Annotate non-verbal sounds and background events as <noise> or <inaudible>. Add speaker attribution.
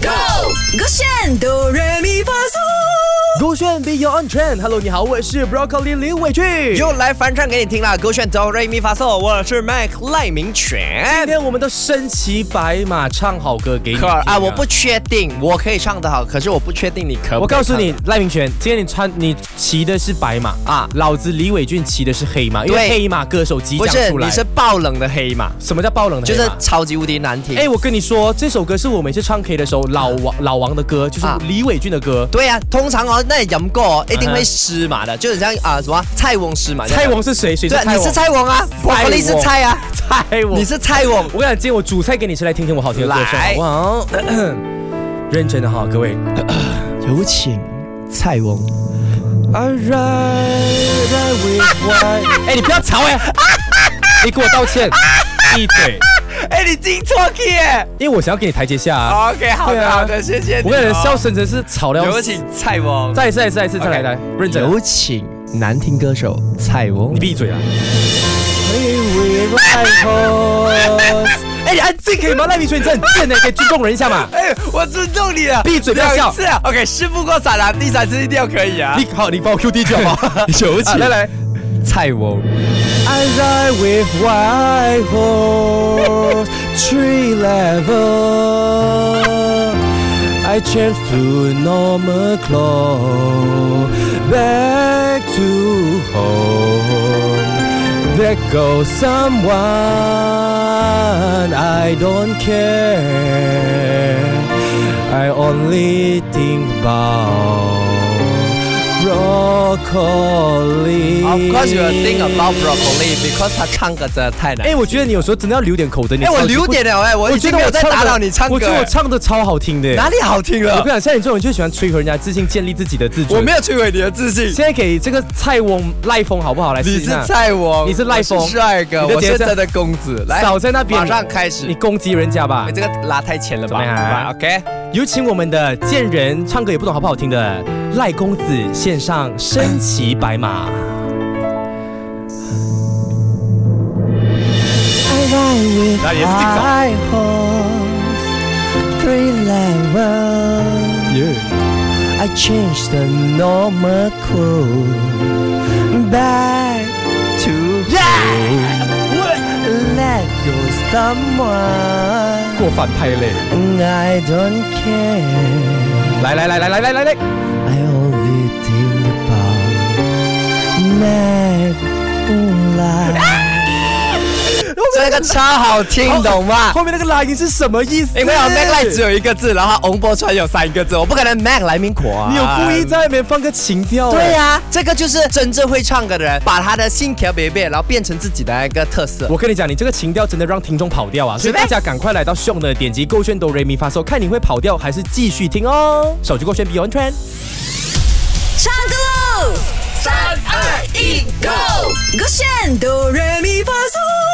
Speaker 1: Go，勾选哆来咪发嗦。
Speaker 2: 勾选 Be Your On Trend。Hello，你好，我是 Broccoli 林伟俊。
Speaker 3: 又来翻唱给你听啦！勾选哆瑞咪发嗦，我是 Mac 赖明
Speaker 2: 今
Speaker 3: 全。
Speaker 2: 天我们都身骑白马，唱好歌给你
Speaker 3: 可
Speaker 2: 听
Speaker 3: 儿啊，我不。确定，我可以唱得好，可是我不确定你可不可以
Speaker 2: 我告诉你
Speaker 3: 唱，
Speaker 2: 赖明全，今天你穿你骑的是白马啊
Speaker 3: 啊，
Speaker 2: 老子李伟俊骑的是黑马，因为
Speaker 3: 对
Speaker 2: 黑马歌手即
Speaker 3: 不
Speaker 2: 将
Speaker 3: 是
Speaker 2: 出来。
Speaker 3: 你是爆冷的黑马，
Speaker 2: 什么叫爆冷的
Speaker 3: 就
Speaker 2: 黑马？
Speaker 3: 是超级无敌难听。
Speaker 2: 哎，我跟你说，这首歌是我每次唱 K 的时候，老王老王的歌，就是
Speaker 3: 啊
Speaker 2: 李伟俊的歌。
Speaker 3: 对啊，通常哦，那饮歌哦一定
Speaker 2: 嗯哼
Speaker 3: 会失马的，就很像啊什么蔡翁失马。
Speaker 2: 蔡，王是谁？谁是
Speaker 3: 对，
Speaker 2: 蔡
Speaker 3: 你
Speaker 2: 王？
Speaker 3: 是蔡翁啊，我
Speaker 2: 蔡翁
Speaker 3: 你是蔡啊，
Speaker 2: 蔡王
Speaker 3: 你。是蔡翁。
Speaker 2: 我跟你讲，今天我煮菜给你吃，来听听我好听的歌声，好
Speaker 3: 来
Speaker 2: 不好？嗯认真的哈，各位。
Speaker 3: 有请蔡翁。
Speaker 2: I ride, I will ride 哎，你不要吵哎、你给我道歉，闭嘴，
Speaker 3: <laughs> 哎，你进错 key 耶。
Speaker 2: 因为我想要给你台阶下、啊。
Speaker 3: OK，好
Speaker 2: 对
Speaker 3: 的
Speaker 2: 啊
Speaker 3: 好的，谢谢你哦。
Speaker 2: 我跟你讲，笑声真是吵到要
Speaker 3: 有
Speaker 2: 死。
Speaker 3: 请蔡翁。
Speaker 2: 再一次，再一次，再一次，再来，来，认真。
Speaker 3: 有请难听歌手蔡翁
Speaker 2: 你。闭嘴啊！哎， <laughs> 你安静可以吗？赖明轩，你真的很贱哎，可以尊重人一下嘛。
Speaker 3: 哎，我尊重你了，
Speaker 2: 闭嘴不要笑
Speaker 3: 两次啊，OK，事不过三啊，第三次一定要可以啊。
Speaker 2: 你好，你帮我 Q D 就好。 <laughs>
Speaker 3: 有
Speaker 2: 啊来来
Speaker 3: 蔡翁。
Speaker 2: I ride with white horse, tree level. I change to normal clothes, back to home. There goes someone I don't care. I only think about broccoli.
Speaker 3: 啊 Of course you think about broccoli because 他唱歌真的太难。
Speaker 2: 哎、我觉得你有时候真的要留点口德。你
Speaker 3: 哎，我
Speaker 2: 超级不
Speaker 3: 留点，了哎，我
Speaker 2: 我
Speaker 3: 我
Speaker 2: 觉
Speaker 3: 觉
Speaker 2: 得
Speaker 3: 得
Speaker 2: 我
Speaker 3: 我在
Speaker 2: 唱
Speaker 3: 打
Speaker 2: 得
Speaker 3: 扰你唱歌。哎
Speaker 2: 我觉得我唱的超好听的。
Speaker 3: 哪里好听
Speaker 2: 我
Speaker 3: 了
Speaker 2: 跟你？讲，像你这种人就喜欢摧毁人家自信，建立自己的自尊。
Speaker 3: 我没有摧毁你的自信。
Speaker 2: 现在给这个蔡翁赖风好不好？来试
Speaker 3: 你
Speaker 2: 一
Speaker 3: 是
Speaker 2: 下。
Speaker 3: 蔡翁，
Speaker 2: 你是赖风
Speaker 3: 我是帅哥，
Speaker 2: 你的
Speaker 3: 我
Speaker 2: 节
Speaker 3: 是
Speaker 2: 奏
Speaker 3: 真的公子。来，
Speaker 2: 少在那边，
Speaker 3: 马上开始
Speaker 2: 你。攻击人家吧
Speaker 3: 哎，。这个拉太浅了
Speaker 2: 怎么样
Speaker 3: 吧？OK，
Speaker 2: 有请我们的贱人，唱歌也不懂好不好听的赖公子献上身骑白马。
Speaker 3: 那也是经常。
Speaker 4: Three level, I changed the normal code back to home. Let go someone,
Speaker 2: 过反派嘞！
Speaker 4: I don't care.
Speaker 2: 来来来来来来来来，
Speaker 4: I only think about Mac
Speaker 2: Ah!
Speaker 4: Life.
Speaker 3: 这个超好听，懂吗？
Speaker 2: 后面那个拉音是什么意思？
Speaker 3: 因为我 Mac 来只有一个字，然后洪波川有三个字，我不可能 Mac 来民国啊！
Speaker 2: 你有故意？在那边放个情调？欸
Speaker 3: 对啊呀、这个就是真正会唱歌的人，把他的信条别变，然后变成自己的那个特色。
Speaker 2: 我跟你讲，你这个情调真的让听众跑调啊！所
Speaker 3: 是
Speaker 2: 以
Speaker 3: 呗
Speaker 2: 大家赶快来到 s 的点击勾选哆瑞咪发嗦，看你会跑调还是继续听哦。手机勾选 Beyond Trend。
Speaker 1: 唱歌喽！三二一，Go！勾选哆来咪发嗦。